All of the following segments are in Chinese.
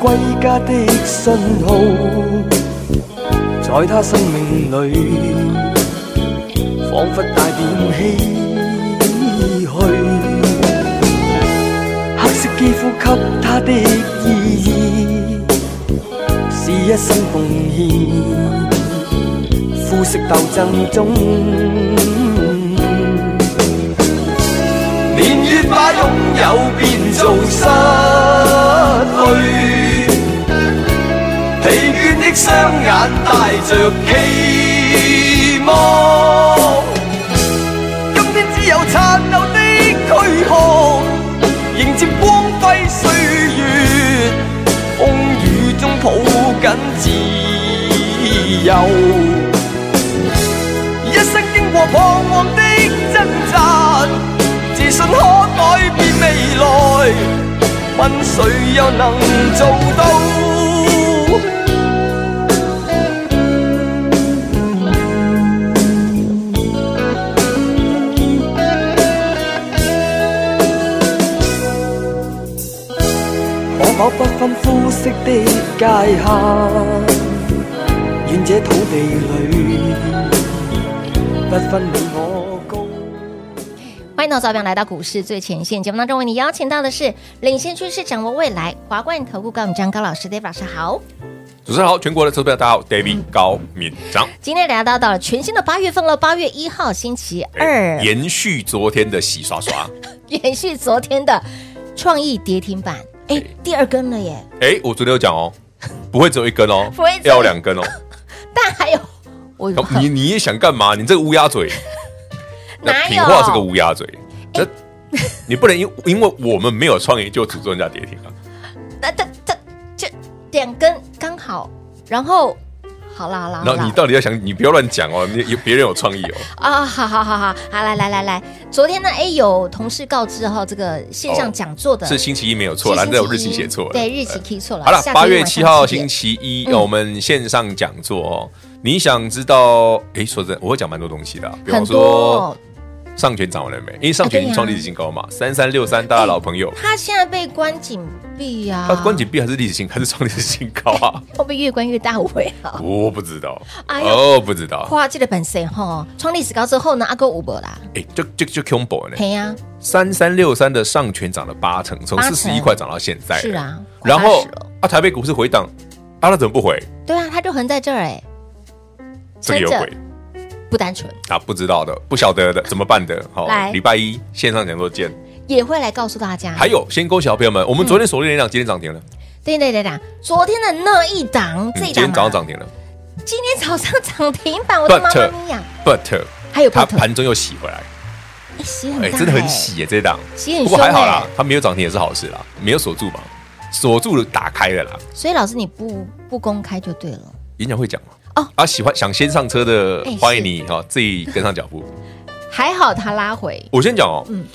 歸家的信號，在他生命裏，彷彿帶點唏噓。黑色肌膚給他的意義，是一生奉獻。膚色鬥爭中，年月把擁有變做失去。疲倦的雙眼帶着期望，今天只有殘留的軀殼，迎接光輝歲月，風雨中抱緊自由。一生經過彷徨的掙扎，自信可改變未來，問誰又能做到？我不分膚色的界限，願這土地裏不分你我高。歡迎到早上來到股市最前線節目當中，為你邀請到的是領先趨勢、掌握未來華冠投顧高敏章高老師，David 老師好。主持人好，全国的投票大家好，David 嗯高敏章。今天聊到到了全新的八月份了，八月一號星期二，哎延续昨天的洗刷刷，延续昨天的創意跌停板。哎，第二根了耶！哎，我昨天有讲哦，不会只有一根哦， 不会只有要有两根哦。但还有我有你你也想干嘛？你这个乌鸦 嘴，哪有品化这个乌鸦嘴，那你不能因因为我们没有创意就诅咒人家跌停啊！那这这这两根刚好，然后好啦好啦，好然啦后你到底要想，你不要乱讲哦，你有别人有创意 哦。啊，好好好好好，来来来来，昨天呢，哎，有同事告知哈，这个线上哦讲座的是星期一没有错啦，是那星有期日期一写错了。对，日期呃 key 错了。好了下，个八月月晚七上号七点星期一，嗯呃我们线上讲座哦。你想知道？诶，说真的，我会讲蛮多东西的啊，比很方多说哦，上权涨完了没？因为上啊对权呀创历史新高嘛，三三六三，大家老朋友，他现在被关紧闭啊，它哦关紧闭还是历史新，还是创历史新高啊？会不会越关越大尾啊？ 我不知道，哎呦哦，不知道，哇，这个本身哈，创历史高之后呢，阿哥五伯啦，诶，就就就 combo 呢，嘿呀，三三六三的上权涨了八成，从八成四十一块涨到现在了，是啊快然后80了啊，台北股市回档，啊，那怎么不回？对啊，他就横在这儿哎，这个有撑着鬼。不单纯，啊，不知道的、不晓得的，怎么办的？好、来礼拜一线上讲座见。也会来告诉大家。还有，先恭喜好朋友们，我们昨天锁定那档，今天涨停了，嗯对对对对，昨天的那一档，这今一档天早啊上涨停了。今天早上涨停板，我的妈 But- 妈咪呀！ But 还有它 but，盘中又洗回来，哎洗哎、很大，真的很，洗耶、这一档。洗很不凶过还好哎啦。，它没有涨停也是好事啦，没有锁住嘛，锁住了打开了啦。所以老师你不不公开就对了。演讲会讲嘛。哦啊，喜欢想先上车的哎，欢是迎你哈、自己跟上 脚步。还好他拉回，我先讲哦，嗯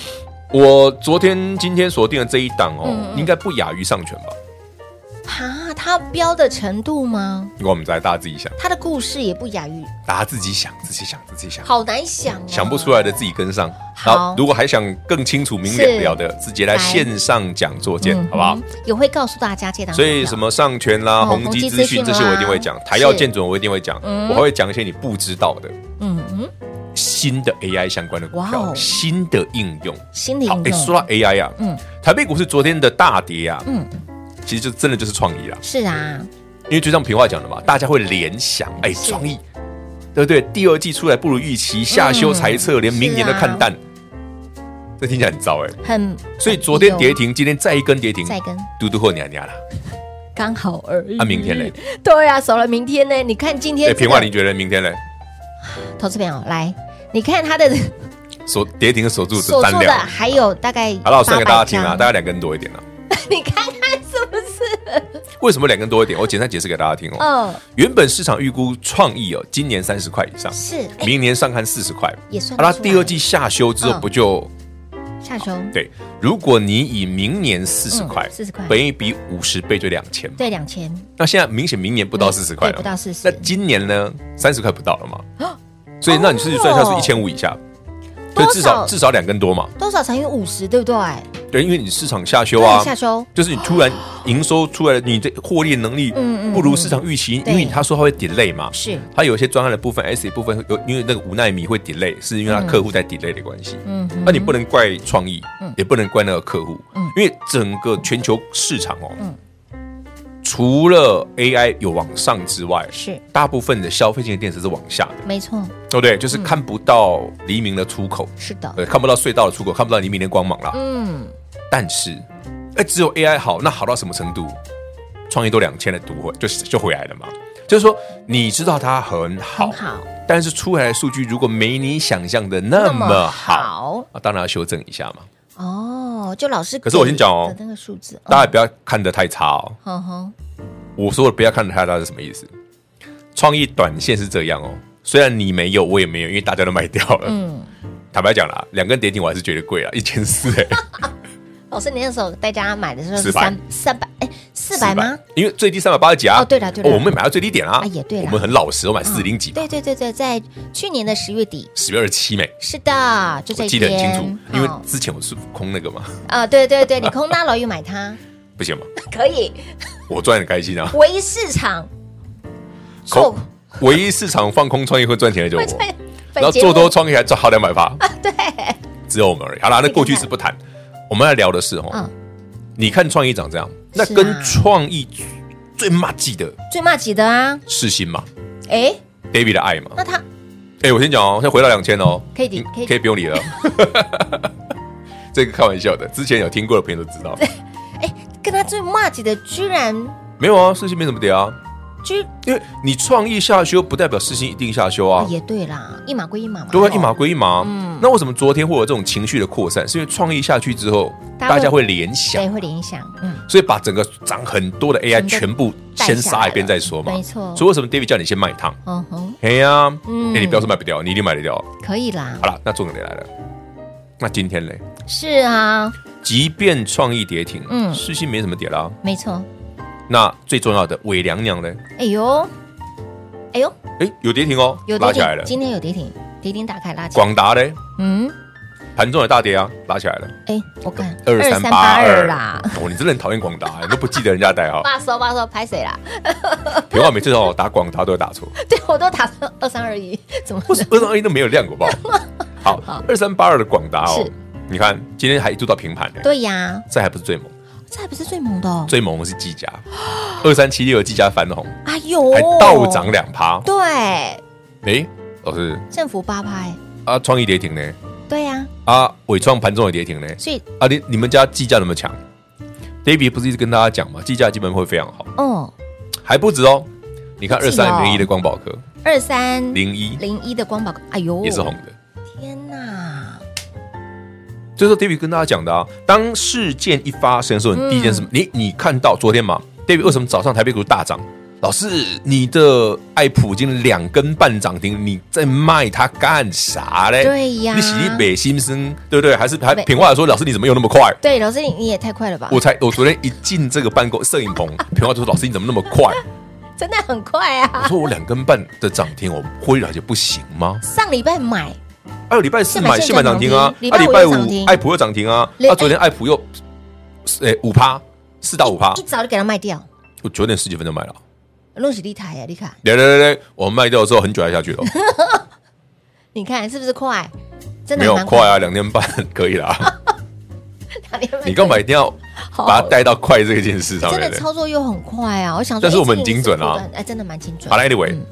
我昨天、今天锁定的这一档哦，嗯嗯应该不亚于上权吧？哈，他标的程度吗？我们再大家自己想，他的故事也不亚于，大家自己想，自己想，自己想。好难想、哦，想不出来的自己跟上。好如果还想更清楚明了了的，直接来来线上讲座见，嗯好不好嗯？也会告诉大家这档股所票。以什么上权啦、哦宏宏基基资资讯讯这些我一定会啦讲，台药是建准我一定会讲，嗯我还会讲一些你不知道的嗯嗯，新的 AI 相关的股哇票哦、新的应用。心理好，哎，说到 AI 啊，嗯台北股市昨天的大跌啊，嗯，其实就真的就是创意啦，是啊，因为就像平话讲的嘛，大家会联想，哎，是创意，对不对？第二季出来不如预期，下修嗯财测，连明年都是啊看淡。这听起来很糟哎。很所以昨天跌停，今天再一根跌停，再一根嗯嘟嘟或娘娘啦。刚好而已。啊明天嘞？对啊，少了明天呢？你看今天哎，这平个话你觉得明天呢？投资朋友来，你看它的锁跌停的锁住是所单做的量。还有大概好了，我算给大家听800啊，张 大概两根多一点了。你看看是不是？为什么两根多一点？我简单解释给大家听哦。嗯，原本市场预估创意哦，今年三十块以上，是，哎明年上看四十块。也算啊得那出来第二季下修之后嗯不就下修对？如果你以明年四十嗯块， 40块本一比五十倍就两千嘛。对两千，那现在明显明年不到嗯四十块了对嘛，不到40那今年哦呢，三十块不到了嘛？所以那你自己算一下是一千五以下，所以至多少少至少两根哦多嘛。多少乘以五十，对不对？对，因为你市场下修对啊，下修就是你突然营收出来的，你的获利能力嗯嗯不如市场预期，对因为他说他会 delay 嘛，是，他有一些专案的部分，S 部分有因为那个无奈米会 delay，是因为他客户在 delay 的关系。嗯哼那你不能怪创意，也不能怪那个客户嗯，因为整个全球市场哦，除了 AI 有往上之外，是大部分的消费性的电池是往下的，没错，对不对？嗯就是看不到黎明的出口，是的，呃，看不到隧道的出口，看不到黎明的光芒啦。嗯，但是，哎，只有 AI 好，那好到什么程度？创意都两千的读回就就回来了嘛。就是说，你知道它很好，很好，但是出来的数据如果没你想象的那么好，啊，当然要修正一下嘛。哦，就老师，可是我先讲哦那个数字，大家不要看得太差哦。哼哼，我说的不要看得太差是什么意思？创意短线是这样哦，虽然你没有，我也没有，因为大家都卖掉了。嗯，坦白讲啦，两根跌停我还是觉得贵啦，一千四哎，老师，你那时候带大家买的时候是400三三百，哎，四百吗？？因为最低三百八十几啊。哦对啦对啦我们买到最低点啦。啊也对啦哦我们很老实，我买四零几嘛，对对对对，在去年的十月底，十月二十七没。是的，就这我一记得很清天楚，因为好之前我是空那个嘛，啊，对对对，你空大楼又买 它，不行嘛，可以，我赚得很开 心啊。唯一市场空受唯一市场放空创业会赚钱的就我，然本后节做目啊多创业还赚好两百趴，对，只有我们而已。好啦，那过去是不谈，我们要聊的是哦嗯，你看创意长这样，那是啊跟创意最最骂记的最骂几的啊？是心嘛哎， ，David 的爱嘛。那他哎，我先讲哦，先回到两千哦，可以停嗯可以停可以不用理了。 这个开玩笑的，之前有听过的朋友都知道。跟他最骂几的，居然没有啊，事情没怎么跌啊，居因为你创意下修不代表事情一定下修啊哦。也对啦，一码归一码嘛，对啊，哦一码，归一码。嗯，那为什么昨天会有这种情绪的扩散？是因为创意下去之后，大家会大家会联想对，，会联想，嗯，所以把整个涨很多的 AI 整个全部先杀一遍再说嘛。带下来了没错所以为什么 David 叫你先卖一趟？哦哼，哎呀，嗯哎，你不要说卖不掉，你一定买得掉。可以啦，好了，那重点来了。那今天嘞，是啊，即即便创意跌停，嗯嗯，世新没什么跌啦。没错，那最重要的伪娘娘嘞，哎呦，哎呦，哎，有跌停哦，有拉跌起来停了，。今天有跌停，跌停打开拉起来，广达嘞，嗯，盘中也大跌啊，拉起来了。哎，我看二三八二啦，。哦，你真的很讨厌广达，你都不记得人家代号。爸说爸说拍谁啦？平话每次哦打广达都会打错， 对我都打算二三二一，怎么不是二三二一都没有亮，好不好？好好，二三八二的广达哦是，你看今天还一度到平盘呢，对呀？这还不是最猛，这还不是最猛的哦，最猛的是技嘉，二三七六的技嘉翻红，哎呦，还倒涨，两趴。对，诶，老师政府八拍，啊，创意跌停呢，对呀，啊，伟创盘中也跌停呢，所以啊，你你们家技嘉那么强？David 不是一直跟大家讲嘛，技嘉基本会非常好，哦，还不止哦。你看不二止哦嗯哦三零一的光宝科二三零一零一的光宝，哎呦，也是红的，天哪，就是 David 跟大家讲的啊，当事件一发生的时候，嗯你第一件事，你你看到昨天嘛，David 为什么早上台北股大涨？老师，你的爱普已经两根半涨停，你在卖它干啥嘞？对呀你洗北心生，对不对？还是还对品话说，老师你怎么又那么快？对，老师你你也太快了吧，我才我昨天一进这个办公摄影棚，平话就说老师你怎么那么快？真的很快我啊，说我两根半的涨停，我挥了就不行吗？上礼拜买，还有礼拜四买现现买买涨涨停停啊，礼啊拜五礼拜又涨五停爱普又涨停啊，礼啊昨天爱普又诶五趴四到五趴一，早就给它卖掉，我九点十几分就买了，弄死利台呀，你看，来来来来，我卖掉之后很久才下去 了，你看是不是快？真的没有蛮快 啊，两天半 可以啦。快的，你干嘛一定要把它带到快这件事上真面的呢？操作又很快啊！我想说，但是哎我们很这个精准啊速度哎，真的蛮精准。好了，anyway，嗯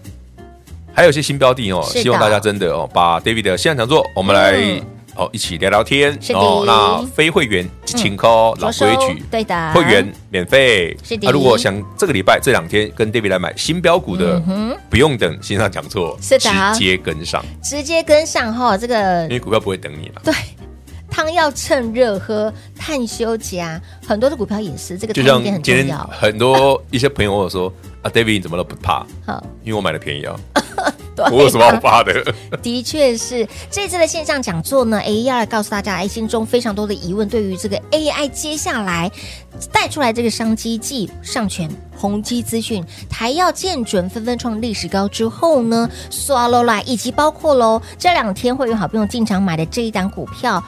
还有一些新标的哦，是的希望大家真的哦，把 David 的现在讲座，我们来嗯哦一起聊聊天是的哦。那非会员请 call 着老收规矩，对的会员免费。是的啊如果想这个礼拜这两天跟 David 来买新标股的，不用等线上讲座，嗯是的嗯啊直接跟上，直接跟上哈，这个因为股票不会等你了。对，汤要趁热喝，碳休假，很多的股票也是这个就碳一像定很今重天要。很多一些朋友问我说啊，David 你怎么了不怕？好，因为我买 的便宜啊，对我有什么好怕的？ 的确是这次的线上讲座呢，A 要来告诉大家，哎，心中非常多的疑问，对于这个 AI 接下来带出来这个商机季上权。宏基资讯、台药、建准纷纷创历史高之后呢，刷喽啦，以及包括喽这两天会员好朋友进场买的这一档股票，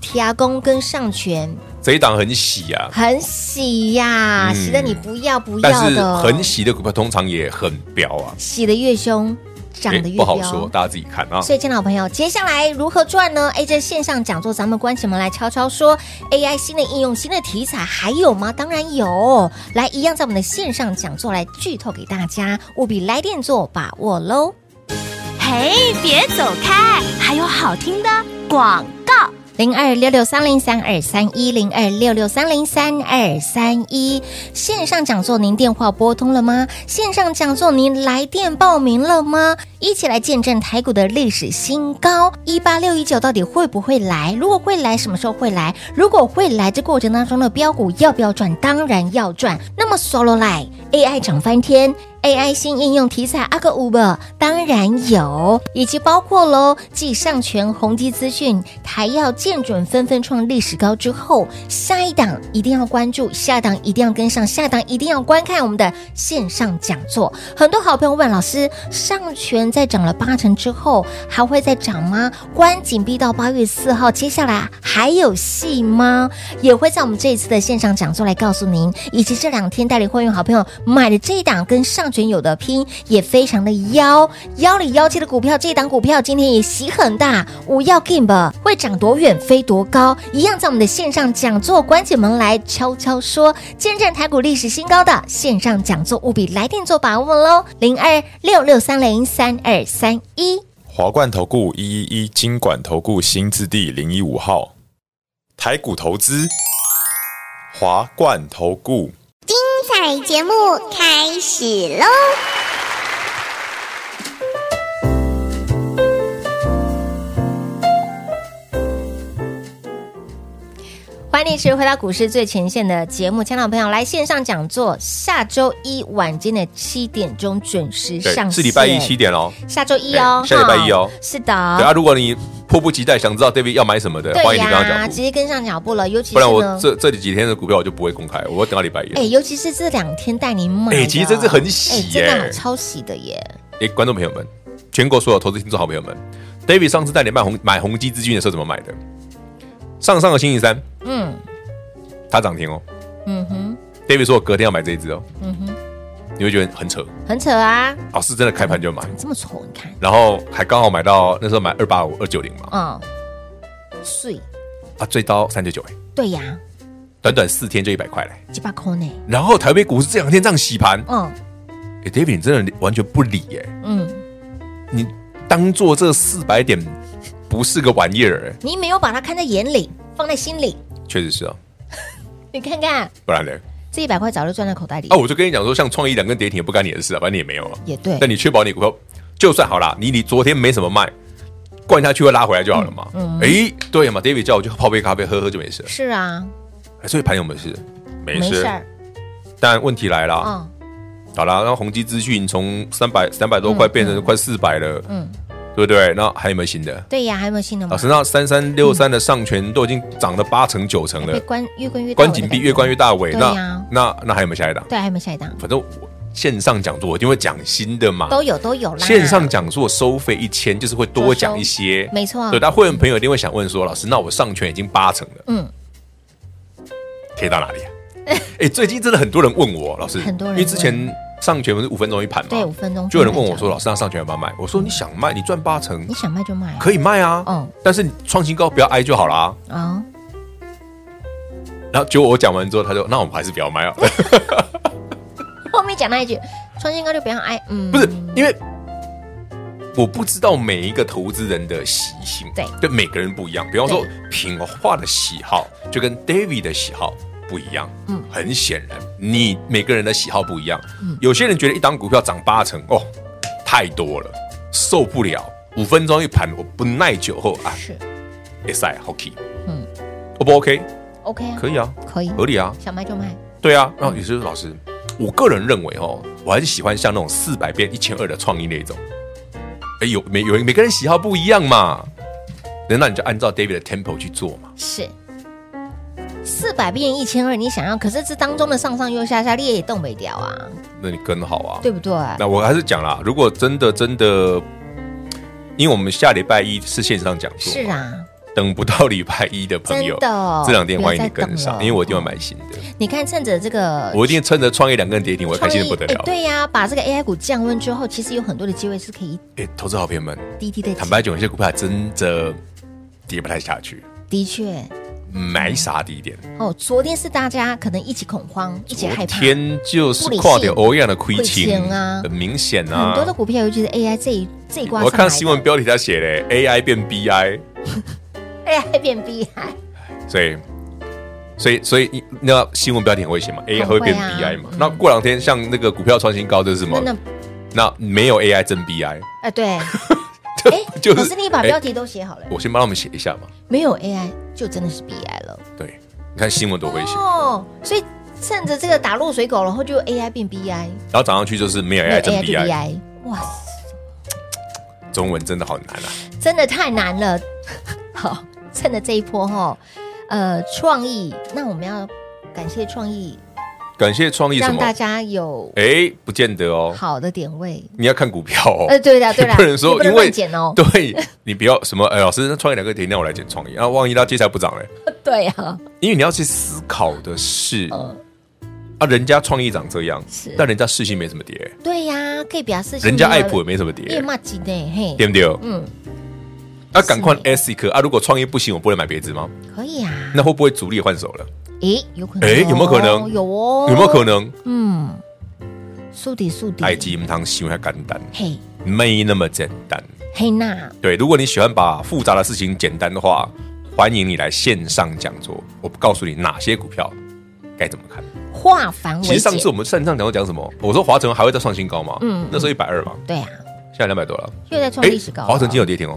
提亚工跟上权这一档很喜啊，很喜呀、嗯喜的你不要不但要是的，很喜的股票通常也很飙啊，喜的越凶，涨诶得越不好彪说，大家自己看啊。所以，亲爱的朋友，接下来如何赚呢？哎，这线上讲座，咱们关起门来悄悄说，AI 新的应用、新的题材还有吗？当然有，来一样在我们的线上讲座来剧透给大家，务必来电做把握喽。嘿，别走开，还有好听的广告。零二六六三零三二三一零二六六三零三二三一线上讲座，您电话拨通了吗？线上讲座您来电报名了吗？一起来见证台股的历史新高，一八六一九到底会不会来？如果会来，什么时候会来？如果会来，这过程当中的标股要不要赚？当然要赚。那么 solo 来 AI 涨翻天。AI 新应用题材阿克五吧，当然有，以及包括喽，继上全宏基资讯、台药、建准纷纷创历史高之后，下一档一定要关注，下档一定要跟上，下档一定要观看我们的线上讲座。很多好朋友问老师，上全在涨了八成之后，还会再涨吗？关紧闭到八月四号，接下来还有戏吗？也会在我们这一次的线上讲座来告诉您，以及这两天带领会员好朋友买的这一档跟上权有的拼，也非常的妖妖里妖气的股票，这一档股票今天也洗很大，五要 game 吧，会涨多远飞多高，一样在我们的线上讲座关起门来悄悄说，见证台股历史新高的线上讲座，务必来电做把握喽，零二六六三零三二三一。华冠投顾一一一金管投顾新字第零一五号，台股投资，华冠投顾。彩节目开始喽！欢迎你持续回到股市最前线的节目，亲爱的朋友来线上讲座，下周一晚间的七点钟准时上线，对，是礼拜一七，点哦。下周一哦，对下礼拜一哦哈是对啊，的，如果你迫不及待想知道 David 要买什么的，欢迎你跟他讲直股，接跟上脚步了，尤其不然是我呢，这这几天的股票我就不会公开，我要等到礼拜一。哎，尤其是这两天带你买的，哎其实这是很喜哎真的耶超喜的耶，哎，观众朋友们，全国所有投资听众好朋友们，David 上次带你卖红买宏基资金的时候怎么买的？上上个星期三，嗯它涨停哦。嗯哼， David 说我隔天要买这一只哦。嗯哼，你会觉得很扯，很扯啊，老师真的开盘就买，这么丑，你看，然后还刚好买到那时候买二八五二九零嘛，嗯，碎，啊，最高三九九哎，对呀，短短四天就一百块嘞。几把扣呢，然后台北股市这两天这样洗盘，嗯哎，David 你真的完全不理哎、嗯，你当做这四百点不是个玩意儿、你没有把它看在眼里，放在心里，确实是啊，你看看。不然呢？这一百块早就赚在口袋里。啊，我就跟你讲说，像创意两根跌停也不干你的事啊，反正你也没有啊。也对但你确保你股票，就算好啦，你你昨天没什么卖，灌下去会拉回来就好了嘛。嗯，哎、对嘛，David 叫我去泡杯咖啡喝喝就没事了。是啊，哎所以盘有没有事？没儿，但问题来了，嗯，好啦，那宏基资讯从三百三百多块变成快四百了，嗯嗯，对不对？那还有没有新的？对呀，还有没有新的吗老？师，那三三六三的上权都已经涨了八成九成了被，关越关越大尾的关紧闭越关越感大尾，嗯对那呀那那还有没有下一档觉。？对，还有没有下一档？反正我线上讲座我一定会讲新的嘛，都有都有啦。线上讲座收费一千，就是会多讲一些，没错对，但会员朋友一定会想问说，老师，那我上权已经八成了，嗯，可以到哪里啊？ 哎，最近真的很多人问我，老师，很多人因为之前上权不是五分钟一盘嘛，对，五分钟就有人问我说，老师，师，那上权要不要卖？我说你想卖，你赚八成你想卖就卖，可以卖啊，嗯但是你创新高不要挨就好啦。啊， 然后结果我讲完之后，他就那我们还是不要卖啊，后面讲那一句，创新高就不要挨，嗯，不是因为我不知道每一个投资人的习性，对对，每个人不一样。比方说对品化的喜好，就跟 David 的喜好不一样。嗯，很显然，你每个人的喜好不一样。嗯有些人觉得一档股票涨八成，哦，太多了，受不了。五分钟一盘，我不耐久后啊，是，S I 好 key，嗯，O 不 OK？ OK 啊，可以啊，可以，合理啊，想卖就卖，对啊。然后也就是老师，我个人认为哦，我还是喜欢像那种四百变一千二的创意那一种。哎，有每有每个人喜好不一样嘛，那那你就按照 David 的 tempo 去做嘛。是四百变一千二，你想要，可是这当中的上上又下下，你也动不掉啊，那你跟好啊。对不对？那我还是讲啦，如果真的真的，因为我们下礼拜一是线上讲座，是，啊，等不到礼拜一的朋友，真的哦这两天欢迎你不要再等跟上，了因为我一定要买新的，你看趁着这个我一定趁着创业两个人跌停，我开心的不得哎了。对呀、把这个 AI 股降温之后，其实有很多的机会是可以哎，投资好朋友们，滴滴的。坦白讲，有些股票真的跌不太下去，的确，没啥低点。哦，昨天是大家可能一起恐慌，一起害怕，天就是不理性跨掉欧亚的亏亏钱钱啊很明显啊。很多的股票，尤其是 AI 这一这一挂上来我的，看新闻标题他写嘞，AI 变 BI， AI 变 BI，所以。所以，所以你那新闻标题很危险嘛？AI 很会会啊变 BI 嘛？那过两天像那个股票创新高，这是什么那？那那没有 AI 真 BI，啊对，哎， 就是老师你把标哎题都写好了，我先帮他们写一下嘛。没有 AI 就真的是 BI 了对，你看新闻多危险，哦，所以趁着这个打落水狗，然后就 AI 变 BI，然后涨上去就是没有没有 AI 真 AI 就 BI， BI，哇塞，中文真的好难啊。真的太难了。 好，趁着这一波哈，呃，创意，那我们要感谢创意，感谢创意什让么？大家有哎，不见得哦，好的点位。你要看股票哦。呃，对的，对的，不能说你不因能为乱减哦。 对你不要什么哎，老师那创业两个停，那我来捡创业啊，万一他接下来不涨嘞？对啊，因为你要去思考的是啊，人家创意长这样呃是，但人家市心没怎么跌，对呀，可以表示人家爱普也没怎么跌也，骂几呢，嘿，对不对？嗯，啊，赶快是 S 一颗啊！如果创业不行，我不能买别只吗？可以啊。那会不会主力换手了？诶，有可能哦，诶有没有可能有哦，有没有可？能？哎嗯，速底速底，埃及唔通想遐简单，嘿，没那么简单。嘿娜，对，如果你喜欢把复杂的事情简单的话，欢迎你来线上讲座，我告诉你哪些股票该怎么看。化繁其为实上次简我，们线上讲座讲什么？我说华晨还会再创新高吗？嗯嗯，那时候一百二嘛，对啊，现在两百多了。又在创哎，历史高啊了，华晨今天有跌停哦，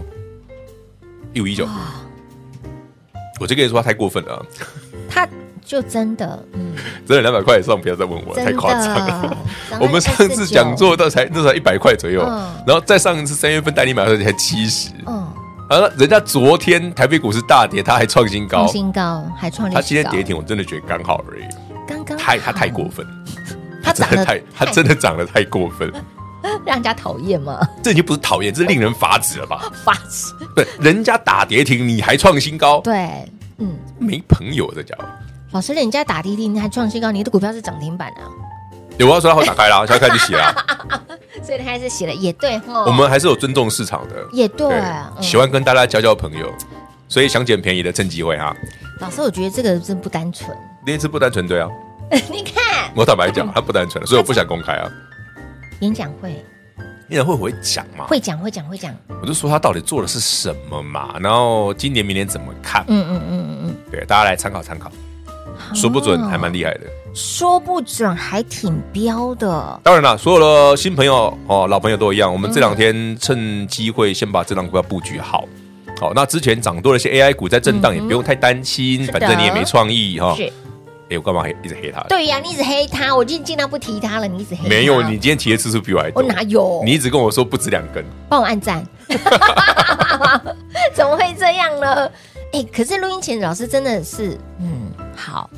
一五一九。我就跟你说，他太过分了啊，他就真的，嗯，真的两百块以上不要再问我了，真太的夸张了。 咱我们上次讲149，座到才那才一百块左右嗯，然后再上一次三月份带你买的时候才七十，嗯，好了，人家昨天台北股市大跌，他还创新创高，新高，还创历史他高，今天跌停，我真的觉得刚好而已，刚刚太他好太过，分，他真长的得太他真的长得太过分，让人家讨厌吗？这已经不是讨厌，这是令人发指了吧？ 发誓，对，人家打跌停，你还创新高，对，嗯。没朋友这家伙。老师，人家打滴滴，你还创新高，你的股票是涨停板啊，有我要说他好 打开啦，现在开始洗啦。所以他还是写了也对哈。我们还是有尊重市场的，也哦对，嗯喜欢跟大家交交朋友，所以想捡便宜的趁机会哈。老师，我觉得这个真不单纯。那一次不单纯，对啊， 你看我坦白讲，他不单 纯，所以我不想公开啊。演讲会，你然会不会讲嘛？会讲会讲会讲，我就说他到底做的是什么嘛，然后今年明年怎么看？嗯嗯嗯嗯对，大家来参考参考，哦说不准还蛮厉害的。嗯，说不准还挺彪的。当然啦，所有的新朋友哦，老朋友都一样，我嗯们这两天趁机会先把这档股票布局好。好，那之前涨多了一些 AI 股在震荡，也不用太担心，嗯是的反正你也没创意哈。是，哎，我干嘛黑 一直黑他？对呀、你一直黑他，我今天尽量不提他了，你一直黑他没有，你今天提的次数比我还我多。哪有？你一直跟我说不止两根，帮我按赞， 怎么会这样呢？哎、可是录音前老师真的是，嗯，好，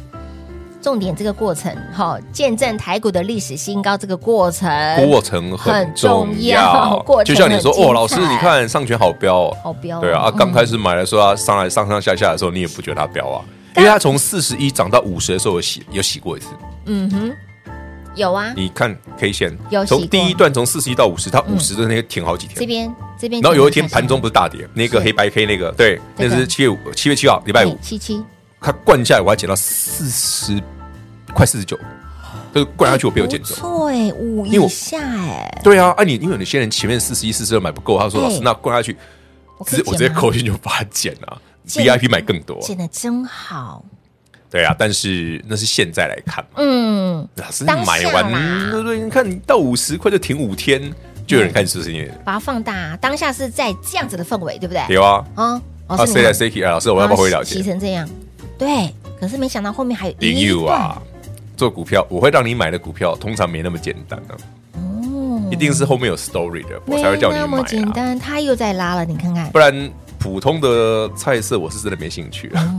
重点这个过程哈、见证台股的历史新高这个过程，过程很重要。哎很重要过程就像你说，很精彩哦，老师，你看上权好标哦，好标、对啊，啊刚开始买的时候，它上来上上下下的时候，你也不觉得它飙啊，因为它从四十一涨到五十的时候有洗有洗过一次。嗯，嗯哼，有啊，你看 K 线有，洗过嗯从第一段从四十一到五十，它五十的那个停好几这天，边这边，然后有一天盘中不是大跌，那个是黑白 K 那个，对，这那个嗯是七月五七月七号礼拜五哎，七七它灌下来我还捡到四十快四十九，就是灌下去我被我捡不走。错哎，五因为以我下哎，对啊，啊你因为有些人前面四十一、四十二买不够，他说哎老师那灌下去，我可直以接我直接捡吗扣进去就把它啊减了捡，VIP 买更多。捡的真好，对啊，但是那是现在来看嘛，嗯，老师当下买完啦嗯对不对？你看你到五十块就停五天，就有人看是不是因为把它放大，当下是在这样子的氛围，对不对？有啊？啊，啊，老师谁你来看，谁去啊？老师，我要不要回了骑解？成这样，对，可是没想到后面还有林一佑段哦啊，做股票我会让你买的股票，通常没那么简单啊，一嗯定是后面有 story 的，我没才会叫你那么简买啊，单，他又在拉了，你看看不，然普通的菜色我是真的没兴趣啊。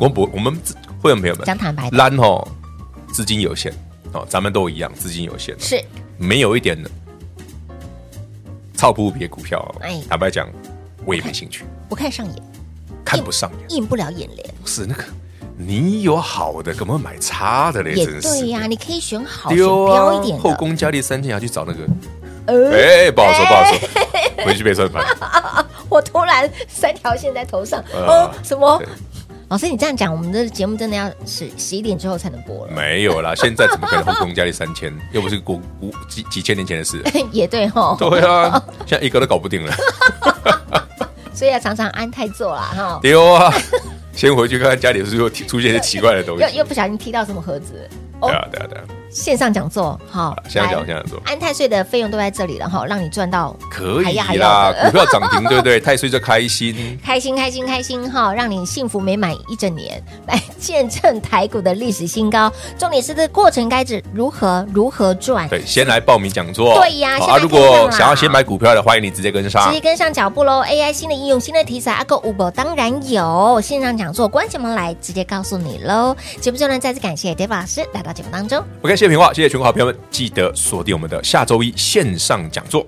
我们不，我们自会员朋友们哦讲坦白的，烂哦，资金有限哦，咱们都一样，资金有限，是没有一点操不务别股票哦哎。坦白讲，我也没兴趣，不看上眼，看不上眼。应不了眼帘，不是那个，你有好的，怎么买差的嘞？也真是对呀，你可以选好选丢标一啊点！的，后宫佳丽三千还去找那个，呃哎，不好说，不好 说，回去被算盘。我突然三条线在头上，呃哦，什么对？老师，你这样讲，我们的节目真的要十十一点之后才能播了，没有啦，现在怎么可能后宫佳丽三千？又不是古古几几千年前 的事。也对吼，对啊，现在一个都搞不 定了。所以要常常安泰座啦哈，丢啊！先回去看看家里是不是有出现一些奇怪的东西又。又不小心踢到什么盒子。对啊，对啊，对啊，线上啊讲座，好，现在来讲，现在做，安泰税的费用都在这里了哈，让你赚到可还以要还要啦，的股票涨停，对不对？太岁就开心，开心开心开心哈，让你幸福美满一整年，来见证台股的历史新高。重点是这过程该指如何如何赚，对，先来报名讲座。对呀好先啊，来如看看果啦想要先买股票的，欢迎你直接跟直上接。跟上脚步喽。AI 新的应用、新的题材，阿哥五宝当然有线上讲座，关起门来直接告诉你喽。节目最后呢，再次感谢 David 老师来到节目当中。 OK，谢谢平话，谢谢全国好朋友们，记得锁定我们的下周一线上讲座。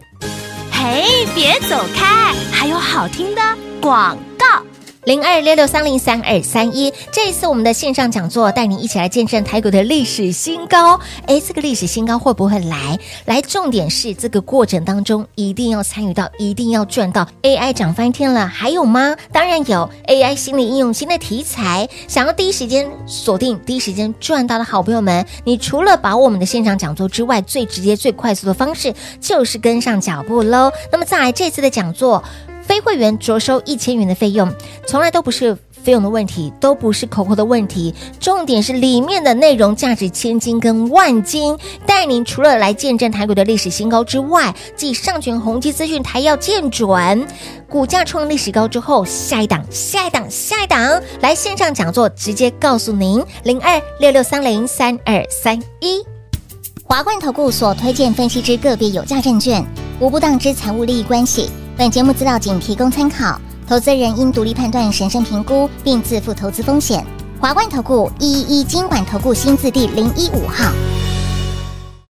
嘿，别走开，还有好听的广告。零二六六三零三二三一。这一次我们的线上讲座，带你一起来见证台股的历史新高。诶，这个历史新高会不会来？来，重点是这个过程当中一定要参与到，一定要赚到。AI 涨翻天了，还有吗？当然有，AI 新的应用、新的题材，想要第一时间锁定、第一时间赚到的好朋友们，你除了把握我们的线上讲座之外，最直接、最快速的方式就是跟上脚步喽。那么再来这次的讲座。非会员着收一千元的费用，从来都不是费用的问题，都不是口口的问题，重点是里面的内容价值千金跟万金，带您除了来见证台股的历史新高之外，继上全宏基资讯台要见准，股价创历史高之后，下一档、下一档、下一档，来线上讲座直接告诉您零二六六三零三二三一。华冠投顾所推荐分析之个别有价证券，无不当之财务利益关系。本节目资料仅提供参考，投资人应独立判断、审慎评估，并自负投资风险。华冠投顾一一一金管投顾新字第零一五号。